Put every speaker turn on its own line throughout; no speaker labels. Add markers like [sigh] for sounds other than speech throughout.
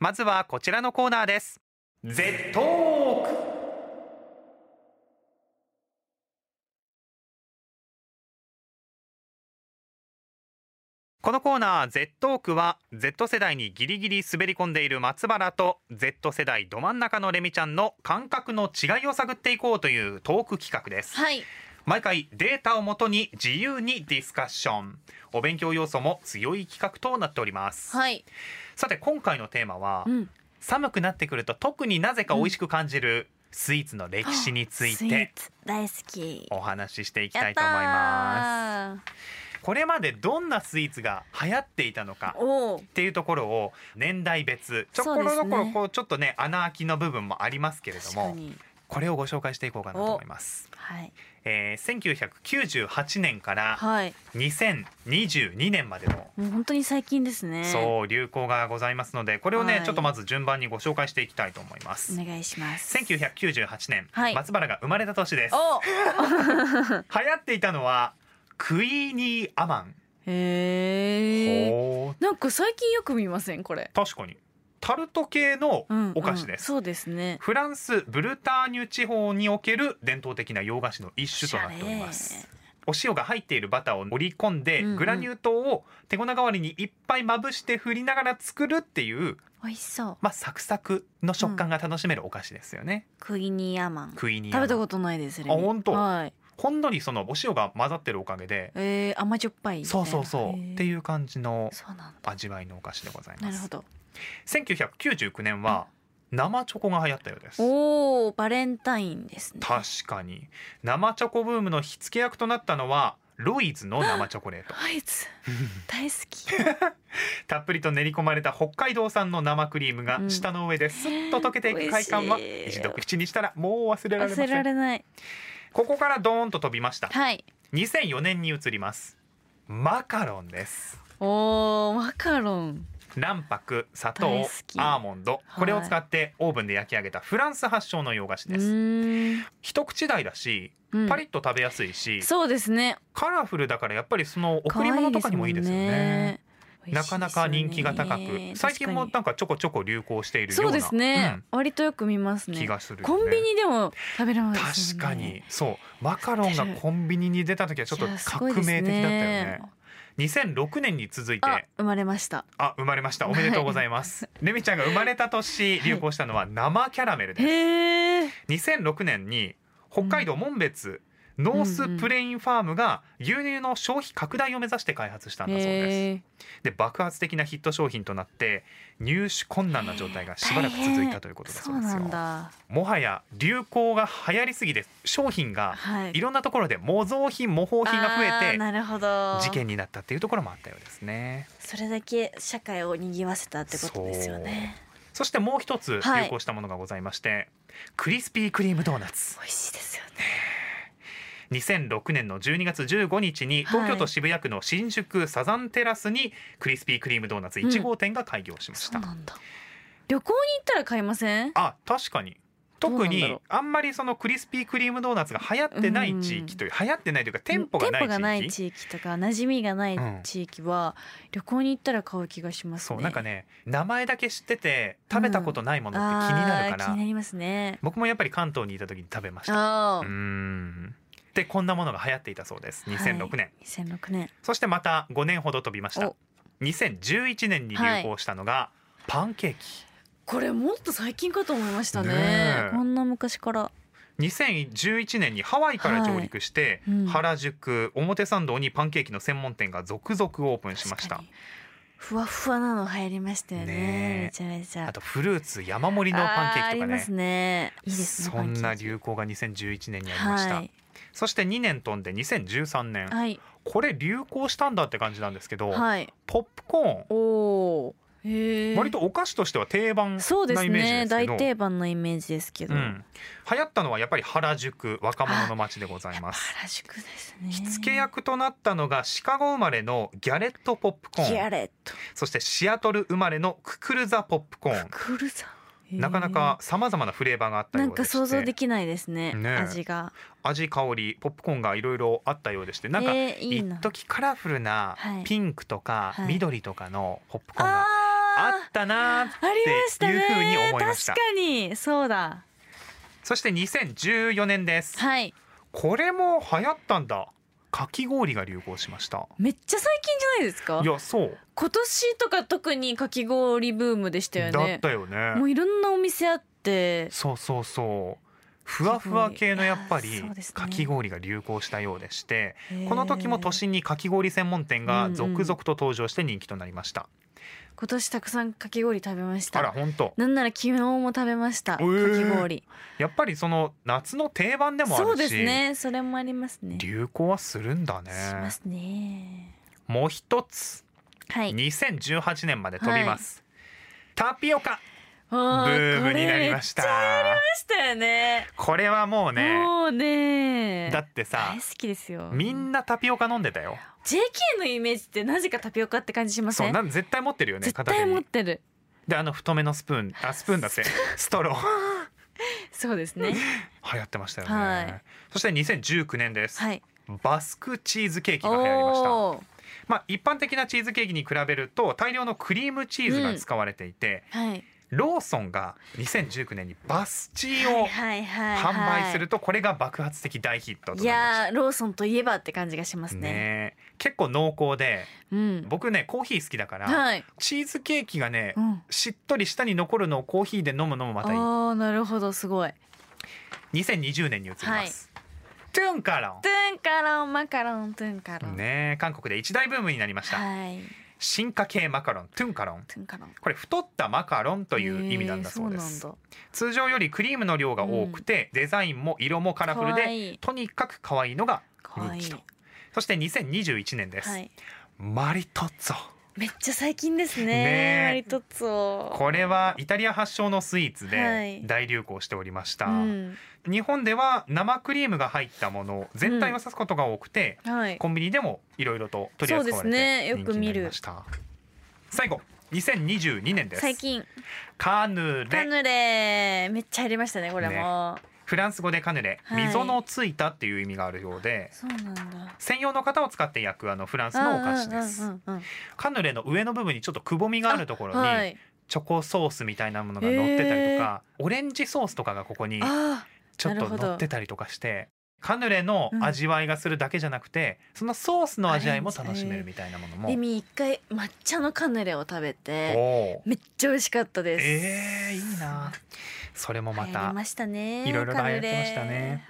まずはこちらのコーナーです
Z トーク
このコーナー Z トークは Z 世代にギリギリ滑り込んでいる松原と Z 世代ど真ん中のレミちゃんの感覚の違いを探っていこうというトーク企画です
はい
毎回データをもとに自由にディスカッションお勉強要素も強い企画となっております、
はい、
さて今回のテーマは、
ん、
寒くなってくると特になぜか美味しく感じるスイーツの歴史につい
スイー
て
ツ大好き
お話ししていき
や
た
っ
い
た
と思います
ー
これまでどんなスイーツが流行っていたのか
おー
っていうところを年代別ちょ
そう
こ
です
ろ
ね
どころこうちょっとね穴開きの部分もありますけれど
確か
も
に
これをご紹介していこうかなと思います、
はい
えー、1998年から
はい
2022年までの
もう本当に最近ですね
そう流行がございますのでこれをね、
はい
ちょっとまず順番にご紹介していきたいと思います
お願いします
1998年、
はい
松原が生まれた年です
お
流行っていたのはクイーニーアマン、
へえ
ほう
なんか最近よく見ませんこれ
確かにタルト系の
うん
お菓子です、
うんそうですね
フランスブルターニュ地方における伝統的な洋菓子の一種となっておりますお塩が入っているバターを折り込んで、
うんうん
グラニュー糖を手粉代わりにいっぱいまぶして振りながら作るっていう、
美味しそう
まあ、サクサクの食感が楽しめるお菓子ですよね、
クイニーアマン
クイニーア
食
マ
べ
ン
たことないですレミ
あ本当
はい
ほんのりそのお塩が混ざってるおかげで、
えー、甘じょっぱいみたい
そう
な
そうそう、
へー
っていう感じの
そうなんだ
味わいのお菓子でござい
な
ま
るほ
す
ど
1999年は生チョコが流行ったようです
おーバレンタインですね
確かに生チョコブームの火付け役となったのはロイズの生チョコレート
アイ
[laughs]
ツ大好き
たっぷりと練り込まれた北海道産の生クリームが
うん
舌の上ですっと溶けていく快感は
美味しい
一度口にしたらもう忘れられませ
忘れら
ん
れない
ここからドーンと飛びました
はい
2004年に移りますマカロンです
おーマカロン
卵白砂糖
大好き
アーモンド
はい
これを使ってオーブンで焼き上げたフランス発祥の洋菓子
う
です
ーん
一口大だし
うん
パリッと食べやすいし
そうですね
カラフルだからやっぱりその贈り物とかにもいいですよねなかなか人気が高く最近も
た
なんかちょこちょこ流行しているような
そうですね、割とよく見ます
うん
ね
気がするよね
コンビニでも食べられます
確
よね
かにそうマカロンがコンビニに出た時はちょっと
いやすご
革
いです
命的だったよね
ね
2006年に続いて
あ生まれました
あ生まれましたおめでとうございますレミちゃんが生まれた年流行したのは生キャラメルです
へえ
2006年に北海道紋別ノースプレインファームが牛乳の消費拡大を目指して開発したんだそうです
へえ
で爆発的なヒット商品となって入手困難な状態がしばらく続いたということだ
そ
そう
う
です
なん
よ
だ
もはや流行が流行りすぎて商品が
はい
いろんなところで模造品模倣品が
あ
増
ー
えて
なるほど
事件になったっていうところもあったようですね
それだけ社会を賑わせたってことですよね
そしてもう一つ
はい
流行したものがございまして、クリスピークリームドーナツ
美味しいですよね
2006年の12月15日に
はい
東京都渋谷区の新宿サザンテラスにクリスピークリームドーナツ1号店が開業しまし
そ
た、
うなんだ旅行に行ったら買いません
あ確かに特
どうなんだ
に
ろ
あんまりそのクリスピークリームドーナツが流行ってない地域という、流行ってないというか店舗がない地域
地域とか馴染みがない地域は旅行に行ったら買う気がしますね、
そうなんかね名前だけ知ってて食べたことないものって気になるから、
あー気になりますね
僕もやっぱり関東にいた時に食べました
あ
うーんでこんなものが流行っていたそうです
ー
2006年、
はい、2006年
そしてまた5年ほど飛びました
お
2011年に流行したのが、パンケーキ
これもっと最近かと思いましたね
ねえ
こんな昔から
2011年にハワイから上陸して、
はいうん
原宿表参道にパンケーキの専門店が続々オープンしまし
確
た
かにふわふわなの入りましたよね
ねえ
めちゃめちゃ
あとフルーツ山盛りのパンケーキと
あーあり
か
ま
ね
すねいいですね
そん
パ
な
ンケーキ
流行が2011年にありました、
はい
そして2年飛んで2013年
はい
これ流行したんだって感じなんですけど、
はい
ポップコーン
おおーへえ
割とお菓子としては定番なイメージですけど
そうですね大定番のイメージですけ
う
ど、
ん、流行ったのはやっぱり原宿若者の街でござ
や
い
っぱ
ます
原宿ですね
火付け役となったのがシカゴ生まれのギャレットポップコ
ギ
ー
ャ
ン
レット
そしてシアトル生まれのククルザポップコーン
クルザ
なかなかさまざまなフレーバーがあった
な
よ
ん
うで
か
して
想像できないですね
ねえ
味が
味香りポップコーンがいろいろあったようでしてなんか
えーいい
一
な
時カラフルな
はい
ピンクとか
はい
緑とかのポップコーンが
あ
あったなーっ
ありましてた
いうふうに
ね
思いました
確かにそうだ
そして2014年です
はい
これも流行ったんだかき氷が流行しました
めっちゃ最近じゃないですか
いやそう
今年とか特にかき氷ブームでしたよ
だっ
ね
たよね
もういろんなお店あって
そうそうそうふわふわ系のやっぱ
いや
り
ーそうですね
かき氷が流行したようでしてこの時も都心にかき氷専門店
う
が
んうん
続々と登場して人気となりました
今年たくさんかき氷食べまし
あら
た
本当
なんなら昨日も食べました、
えー
かき氷
やっぱりその夏の定番でもあ
そう
る
です
し
ねそれもありますね
流行はするんだね
しますね
もう一つ
はい
2018年まで飛びます、タピオカ
ブ
ブームになりました
これめっちゃありましたよね
これはもうね
もうね
だってさ
大好きですよ
みんなタピオカ飲んでたよ
JK のイメージってなぜかタピオカって感じしませ
そうんなん絶対持ってるよね
絶
片手
対持っ
に
てる
であの太めのスプーンあスプーンだってストロー
そうですね
流行ってましたよね、
はい
そして2019年です、
はい
バスクチーズケーキ
お
が流行りました
おー
まあ一般的なチーズケーキに比べると大量のクリームチーズが使われていて、
はい
ローソンが2019年にバスチー
はい
を
はいはいはい
販売するとこれが爆発的大ヒットとなりま
い
した
やーローソンといえばって感じがしますね
ねえ結構濃厚で
うん
僕ねコーヒー好きだから、
はい
チーズケーキがね、
うん
しっとり舌に残るのをコーヒーで飲むのもま
あ
たいい
ーなるほどすごい
2020年に移ります、トゥンカロ
トゥンカロンマカロントゥンカロ
ン
ン
ねえ韓国で一大ブームになりました、
はい
進化系マカロントゥンカロン
トゥンカロン
これ太ったマカロンという意味なんだそうで
へー
す、
そうなんだ
通常よりクリームの量が多くて、デザインも色もカラフル
かわ
で
いい
とにかく可愛いのが
かわ
人
い
気
い
とそして2021年です、
はい
マリトッツォ
めっちゃ最近ですね
ねえ
マリトッツォ
これはイタリア発祥のスイーツ
は
で
い
大流行しておりました、
うん
日本では生クリームが入ったもの全体を指すことが多くて、
はい
コンビニでもいろいろと取り扱われ
そうですね
て
よ
人
く
気に
見
な
る
りました、最後2022年です
最近
カヌレ
カヌレめっちゃありましたねこれも
フランス語でカヌレ、
はい
溝のついたっていう意味があるようで
そうなんだ
専用の型を使って焼くあのフランスのお菓子です、
うんうんうんうん
カヌレの上の部分にちょっとくぼみがあるところ
は
に
い
チョコソースみたいなものが乗ってたりとか、オレンジソースとかがここに
あ
ちょっ
な
と
るほど
乗ってたりとかしてカヌレの味わいがするだけじゃなくて、そのソースの味わいも楽しめるみたいなもの
ー
も
レミ一回抹茶のカヌレを食べて
おー
めっちゃ美味しかったです
えー、いいなそれもま
流行
た
りましたね
いろいろ流行ってましたね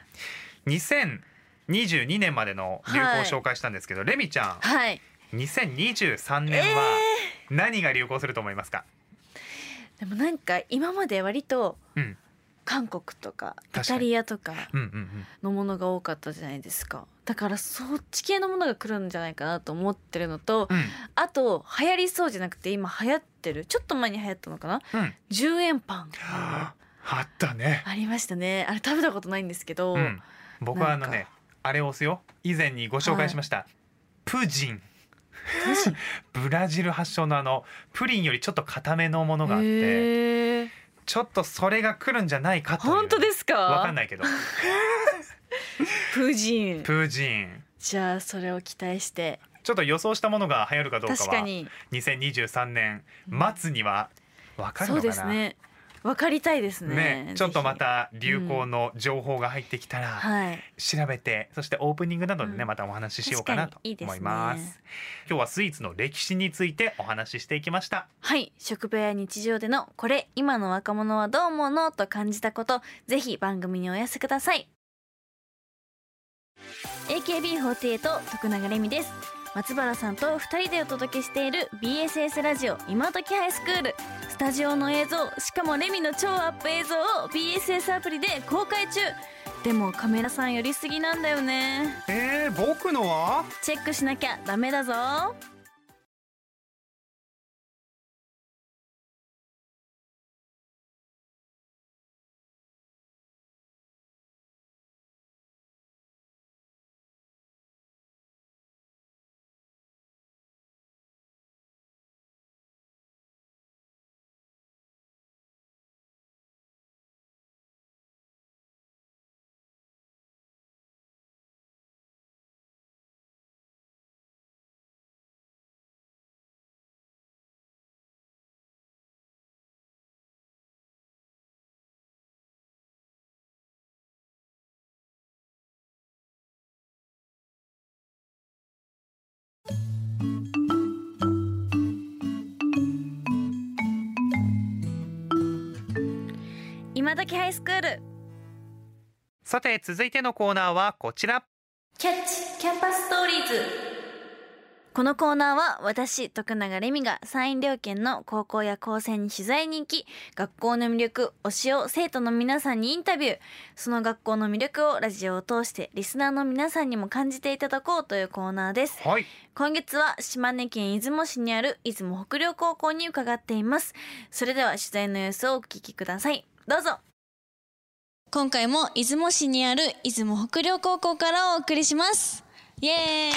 2022年までの流行を紹介したんですけど、レミちゃ
カヌレはい
ん2023
え
年
ー
は何が流行すると思いますか、
でもなんか今まで割と
うん
韓国とか
確
イ
かに
タリアとか
うんうんうん
のものが多かったじゃないですかだからそっち系のものが来るんじゃないかなと思ってるのと
うん
あと流行りそうじゃなくて今流行ってるちょっと前に流行ったのかな
うん
10円パン
あったね、
ありましたねあれ食べたことないんですけど、
うん、僕はあの
なん
ね
か
あれを押すよ以前にご紹介しました、プジン
マジ
ブラジル発祥のあのプリンよりちょっと固めのものがあって、
へー
ちょっとそれが来るんじゃないかという
本当ですか
わかんないけど
プジン
プジン
じゃあそれを期待して
ちょっと予想したものが流行るかどうか
確か
は
に
2023年末には分かる
そう
のか
で
な
すねわかりたいですね
ねちょっとま
ぜ
た流行の情報が入ってきた
ひ
ら
はい
調べて、そしてオープニングなどでね、
うん
またお話ししようかなと
確かにいいです
思
ね
います今日はスイーツの歴史についてお話ししていきました
はい職場や日常でのこれ今の若者はどう思うのと感じたことぜひ番組にお寄せください AKB48 徳永レミです松原さんと2人でお届けしている BSS ラジオ今時ハイスクールスタジオの映像しかもレミの超アップ映像を BSS アプリで公開中でもカメラさん寄りすぎなんだよね
えー、僕のは
チェックしなきゃダメだぞ今時ハイスクール
さて続いてのコーナーはこちら
キャッチキャンパスストーリーズこのコーナーは私徳永レミが山陰両県の高校や高専に取材に行き学校の魅力推しを生徒の皆さんにインタビューその学校の魅力をラジオを通してリスナーの皆さんにも感じていただこうというコーナーです
はい
今月は島根県出雲市にある出雲北陵高校に伺っていますそれでは取材の様子をお聞きくださいどうぞ今回も出雲市にある出雲北陵高校からお送りしますイエーイ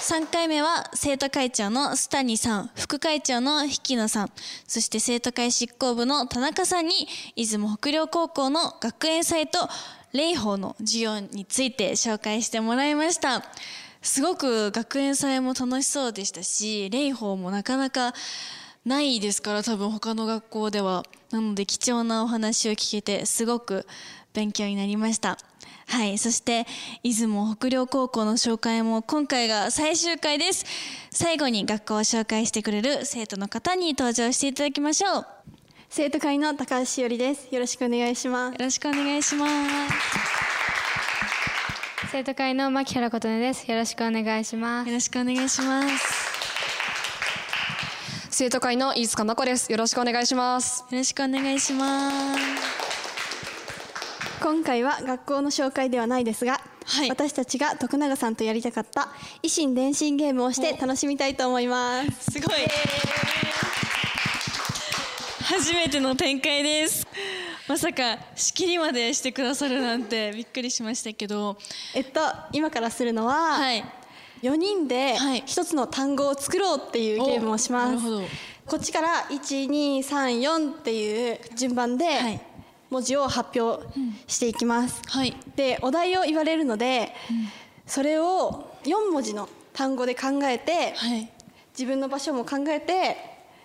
3回目は生徒会長の須谷さん副会長の引野さんそして生徒会執行部の田中さんに出雲北陵高校の学園祭と礼法の授業について紹介してもらいましたすごく学園祭も楽しそうでしたし礼法もなかなかないですから多分他の学校ではなので貴重なお話を聞けてすごく勉強になりましたはいそして出雲北陵高校の紹介も今回が最終回です最後に学校を紹介してくれる生徒の方に登場していただきましょう
生徒会の高橋しおりです。よろしくお願いしま
よ
す。
ろしくお願いします
生徒会の牧原琴音です。よろしくお願いします。
よろしくお願いします
生徒会の飯塚真子です。よろしくお願いします。
よろしくお願いします
今回は学校の紹介ではないですが、
はい
私たちが徳永さんとやりたかった維新伝心ゲームをして楽しみたいと思います。
すごい初めての展開ですまさか仕切りまでしてくださるなんてびっくりしましたけど
えっと今からするのは、
はい
4人で
はい
一つの単語を作ろうっていうゲームをし
お
ます。
なるほど
こっちから1234っていう順番で
はい
文字を発表していきます。
はい
でお題を言われるので、それを4文字の単語で考えて、
はい
自分の場所も考えて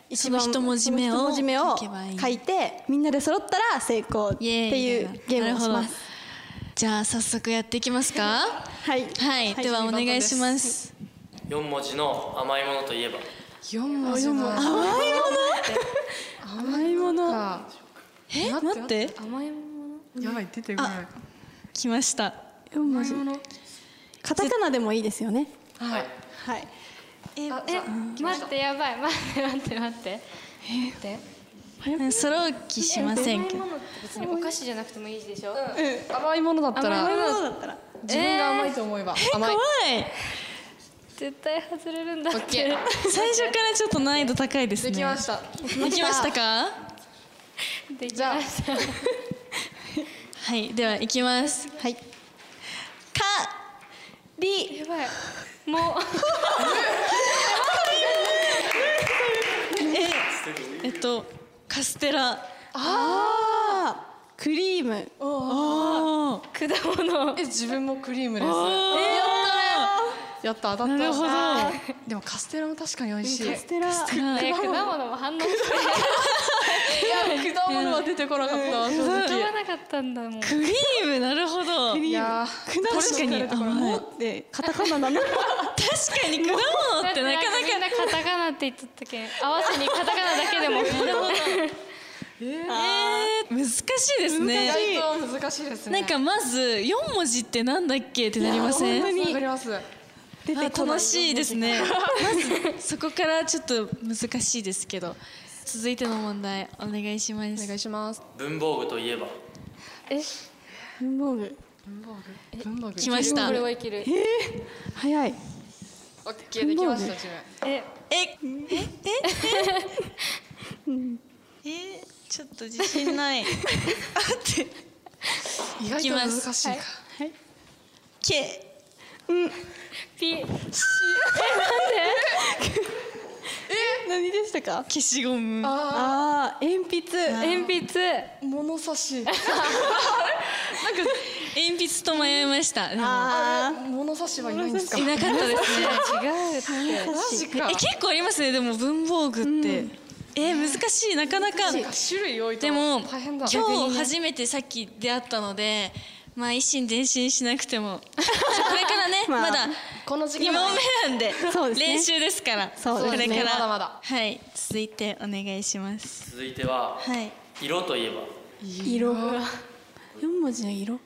一番
その一文字目を
その一文字目を
書けばいい
書いてみんなで揃ったら成功って
イエーイ
いうゲームをし
な
ま
るほど
す。
じゃあ早速やっていきますか
はい、
はい、ではお願いします
四文字の甘いものといえば
四文字の
甘いもの
か。
え待って
甘いもの。
やばい出てこない
来ました
四文字カタカナでもいいですよね
はい。
はい
え
あえ、待って、やばい。待って、待って、待って。待って。
揃う気しませんけど
甘いものって別にお菓子じゃなくてもいいでしょ。
甘いものだった
甘い
ら
ものだったら
自分が甘いと思えば甘い。
絶対外れるんだ
オ
っ
ッケ
て
ー。
最初からちょっと難易度高いですね
できました。
できましたか
できました。
はいではいきます
はい
か
り
やばい。も
[laughs] えっとカステラ
あークリーム
おお
う、果物。
え自分もクリームです。やった当たった。
なるほど
あーでもカステラも確かに美味しい。
カステラ
[laughs] ね、果物も反応して。
果物は出てこなかった。正
止ま
直。
なかったんだもん。
クリームなるほど
いや
確かに
確か
甘い
でカタカナ
[laughs]
なの
確かに果物ってなかな
みんなカタカナって言っとったけん合わせにカタカナだけでも
かえー難しいです
ー
ね
意外と難しいですね。
なんかまず四文字ってなんだっけってなりません
本当にわかります。
出
あ
てこない
楽しいですねまずそこからちょっと難しいですけど続いての問題お願いし
お
ます
願いします。
文房具といえば
え
文房具
文房具。
来ました
これはいける
早い
オッケーできました自分。
え
ええええちょっと自信ないあって
意外と難しいか。
け
ピ
[laughs] 何でしたか
消しゴム
あー
ああ鉛筆
鉛筆
物差し。
鉛筆と迷いましたでも
あ
物差しはいないんですか。
いなかったですね
違うって
マジか
え。結構ありますねでも文房具って、え難しいなかなか
種類多いと
でも
大変だ。
今日初めてさっき出会ったのでまあ一心伝心しなくてもこれからね、
[laughs] まあ
まだ
この
2
時期
問目なんで
そうですね
練習ですから
そうですね
これから
まだまだ
はい続いてお願いします
続いては
はい
色といえば
色四文字の色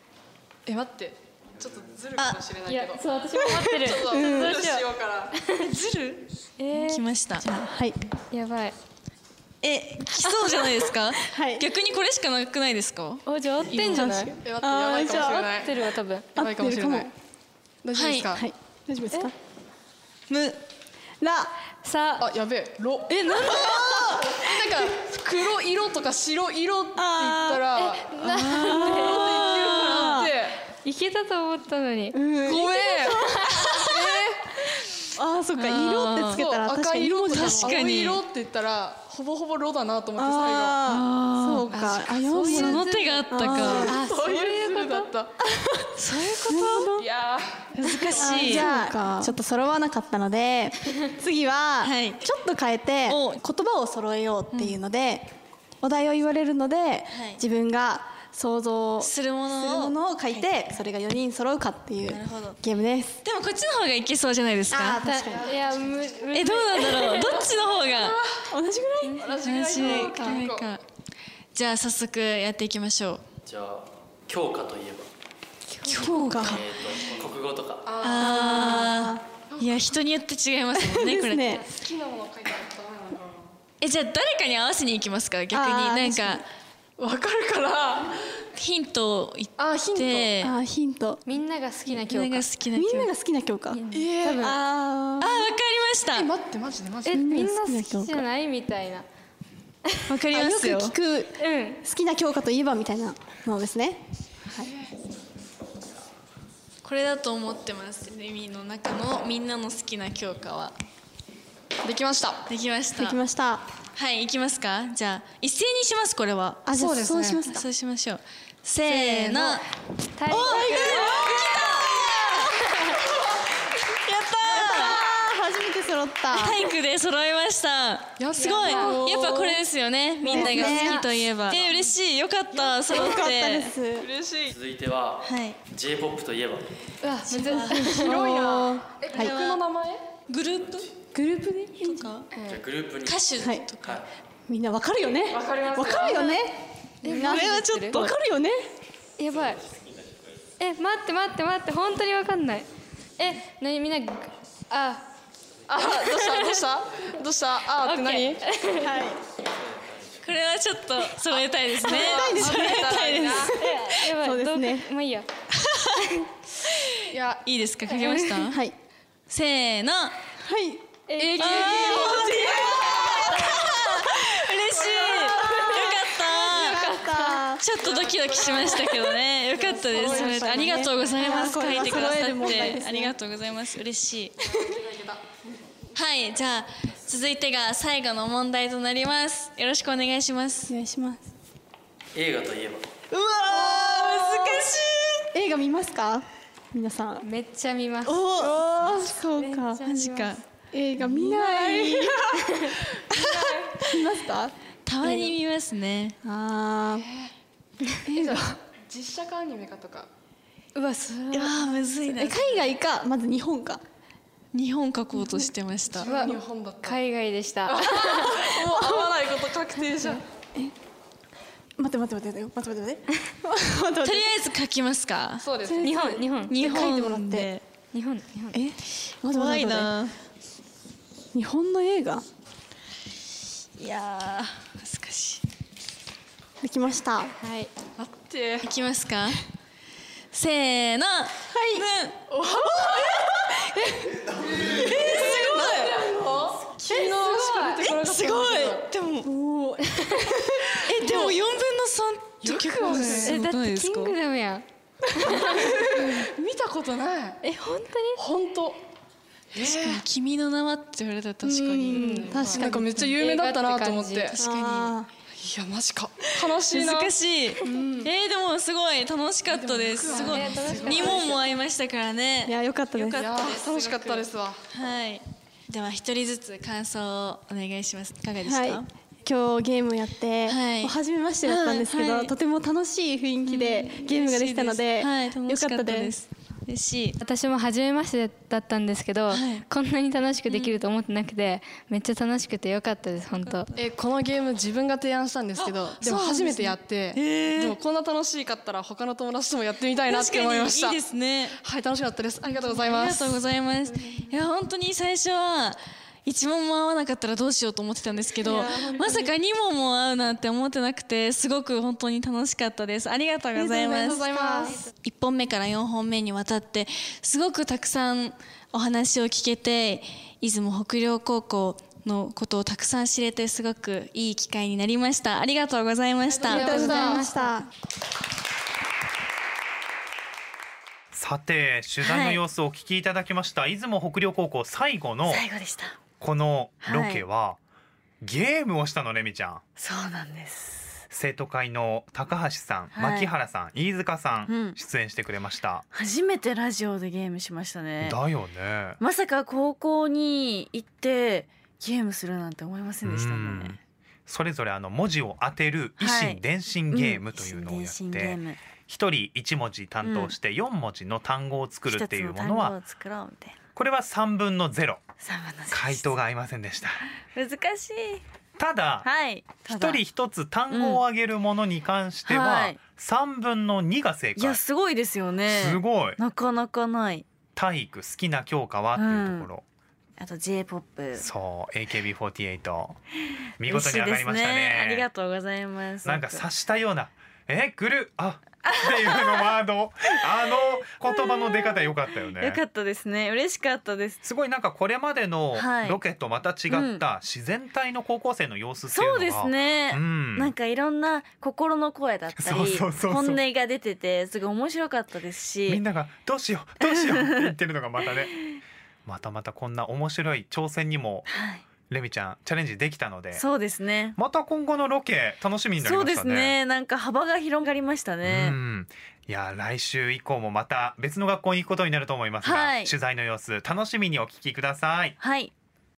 え待ってちょっとずるかもしれない
いや
けど
そう私も待ってる
ちょっと
どう
どう
し
し
よ
ようから
ずる
うえ
来ました
はい
ー、やばい
え来そうじゃないですか、
[laughs] はい
逆にこれしかなくないですか
おじゃあ合ってんじゃない合
え待ってやばいかもしれない
ってるわ多分
やばいかもしれな
合っ
い
て
大丈夫ですか、
はい大丈夫ですか
む
ラ
あ
さ
やべえろえ [laughs] なんだなんか黒色とか白色って言ったらもっといけるかなって
いけたと思ったのに
ごめん
あーそっか色ってつけたら確
赤
かに
色と
色文字
か青
だ
確かに
色って言ったらほぼほぼロだなと思って最後
あーそうかあ四
そ
文字
の手があったか
そういうことだったいや
難しい
じゃあちょっと揃わなかったので次は
はい
ちょっと変えて言
お
葉を揃えようっていうのでお題を言われるので
い
自分が想像す
するも
る
のを
ものを書いてそれが4人揃うかっていう
なるほど
ゲームです
でもこっちの方がいけそうじゃないです
あ
か
ー確かに
いやむむ
えどうなんだろうどっちの方が
[laughs] 同じぐらい
同じぐ
楽し
らい
い
かな
かじゃあ早速やっていきましょう
じゃあ教科といえ
今日が
ば、えー、と国語とか
あーいや人によって違いますもんねこ
です
れ
ね
えじゃあ誰かに合わせに行きますか逆に
あー
なんか
わかるから
ヒントを言って
あヒント
あーヒント
みんなが好きな教
みんな
科
が好きな
み
教
ん
科
なが好きな教科
えー
あ
あーわかりました
え待ってマジでマジ
え
で
みんな
みんな好
好
きな教
き
科
じゃないみたいな
わかり
ーあ
ま
よく
すよ
聞く
うん
好きな教科といえばみたいなのですね
これだと思ってますレミの中のみんなの好きな教科は
できました
できました
できました
はい行きますかじゃあ一斉にしますこれは
あじゃあ
そうです
そう
ね
しますか
そうしましょうせーのやっ
体育
あー初めて揃った
た体育で揃いました
やった
すごいやっぱこれですよねみんなが好きといえばえ嬉しいよかった揃って
よかったです
嬉しい
続いては
はい
j p o p といえば
うわむず
広いな
はい
僕の名前
グループ
グループで
とか
じゃあグループに
歌手
はい
とか、
はい
みんなわかるよね
わかります
わかるよね
え
みんな
これはちょっと
わかるよね
やばいえ待って待って待って本当にわかんないえなにみんなあ
あどうしたどうしたどうしたあーって何 [laughs]
これはちょっと揃えたいですね
揃えたいな
やばい
そうですね
どうかまあいいや
いや
いいですか書けま [laughs] した
はいはい
せーのあー
え
嬉しいよかっ
あ
たちょっとドキドキしましたけどねよかったです
揃えましたね
ありがとうございます
いやーこ
書
れ
い
は
てくださ
揃える
っ
問題で
て
すね
ありがとうございます嬉しいはいじゃあ続いてが最後の問題となりますよろしくお願いします
お願いします
映画といえば
うわ難しい映画見ますか皆さん
めっちゃ見ます
おおそう
マ
か
ジか
映画見ない [laughs] 見ますか
たまに見ますね
あー
実写化アニメ化とか
うわす
いやーむずいな
え海外かまず日本か
日本書こうとしてました
うわ日本だったもう
海外でした
合わないこと確定じゃん
待って待って待って待って待って待って待って待
と
っ
り
て
あえず書きますか
そうです
日本日本
日
書いてもらっ
本
て
で
日本日本
え待って待って待って
怖いな
日本の映画
いやー難しい
できました
はい
待って
いきますかせーのはい
昨日しか出てこなかった
すごいでもえでも4分の3って結構す
えだ
ご
っ
ない
て
です
キン
か
グダムやん
見たことない
え本
本当
君の名はって言われたら確かに
確
なんかめっちゃ有名だったなと思ってい
映画
や
って
確か
あ
マジか悲しい
に
な
難しいえーでもすごい楽しかったですすごい2問も合いましたから
ーいや
ね
良かったです
よ
い
か
やー楽しかったですわ
はいでは一人ずつ感想をお願いしますいかがでし
はい
た
今日ゲームやって、
はい
もう初めましてだったんですけど、
はい
とても楽しい雰囲気でゲームができたので、
嬉しい
よ
ですはい、楽しか
かっ
ったた
で
ですす。嬉しい。
私も初めましてだったんですけど、
はい
こんなに楽しくできると思ってなくてめっちゃ楽しくてよかったです本当
えこのゲーム自分が提案したんですけどでも初めてやってでもこんな楽しかったら他の友達ともやってみたいなって思いました
いいですね。
はい楽しかったですありがとうござい
あ
ま
りが
す
とうございます。いや本当に最初は一問も合わなかったらどうしようと思ってたんですけど、まさか二問も合うなんて思ってなくて、すごく本当に楽しかったです。ありがとうございます。一本目から四本目にわたってすごくたくさんお話を聞けて、出雲北陵高校のことをたくさん知れてすごくいい機会になりました。ありがとうございました。
ありがとうございました。
さて取材の様子をお聞きいただきました、出雲北陵高校最後の
最後でした
このロケは、ゲームをしたのレミちゃん
そうなんです
生徒会の高橋さん、
はい
牧原さん飯塚さん、
うん
出演してくれました、
初めてラジオでゲームしましたね
だよね
まさか高校に行ってゲームするなんて思いませんでしたもん
うん
ね
それぞれあの文字を当てる維
は
新
い
伝心ゲームというのをや
う
って
ん電信ゲーム
一人一文字担当して四文字の単語を作るっていうもの
一つの単語
は
を作ろうみたいな
これは三分のゼロ
三分の一
回答が合いませんでした
難しい
ただ
はい
一
ただ
人一つ単語をあげるものに関して
うんは
はい三分の二が正
いや
解
すごいですよね
すごい
なかなかない
体育好きな教科はっていうところ
あと J-POP
そう AKB48 見事に上がりました
嬉いですありが
ね
とうございます
なんか察したようなえグルあっていうのワー
[laughs]
ドあの言葉の出方良かったよね
よかったですね嬉しかったです
すごいなんかこれまでの
はい
ロケとまた違った自然体の高校生の様子っていうの
そ
が
うです
う
ね、
ん
なんかいろんな心の声だった
そう
り
そうそうそう
本音が出ててすごい面白かったですし
みんながどうしようどうしようって言ってるのがまたねまたまたこんな面白い挑戦にも
はい、
レミちゃんチャレンジできたの
[laughs]
で
そうですね
また今後のロケ楽しみになり
そ
ま
うで
した
す
ね。
ねなんか幅が広がりました
う
ね、
んいや来週以降もまた別の学校に行くことになると思いますが、
はい
取材の様子楽しみにお聞きください
はい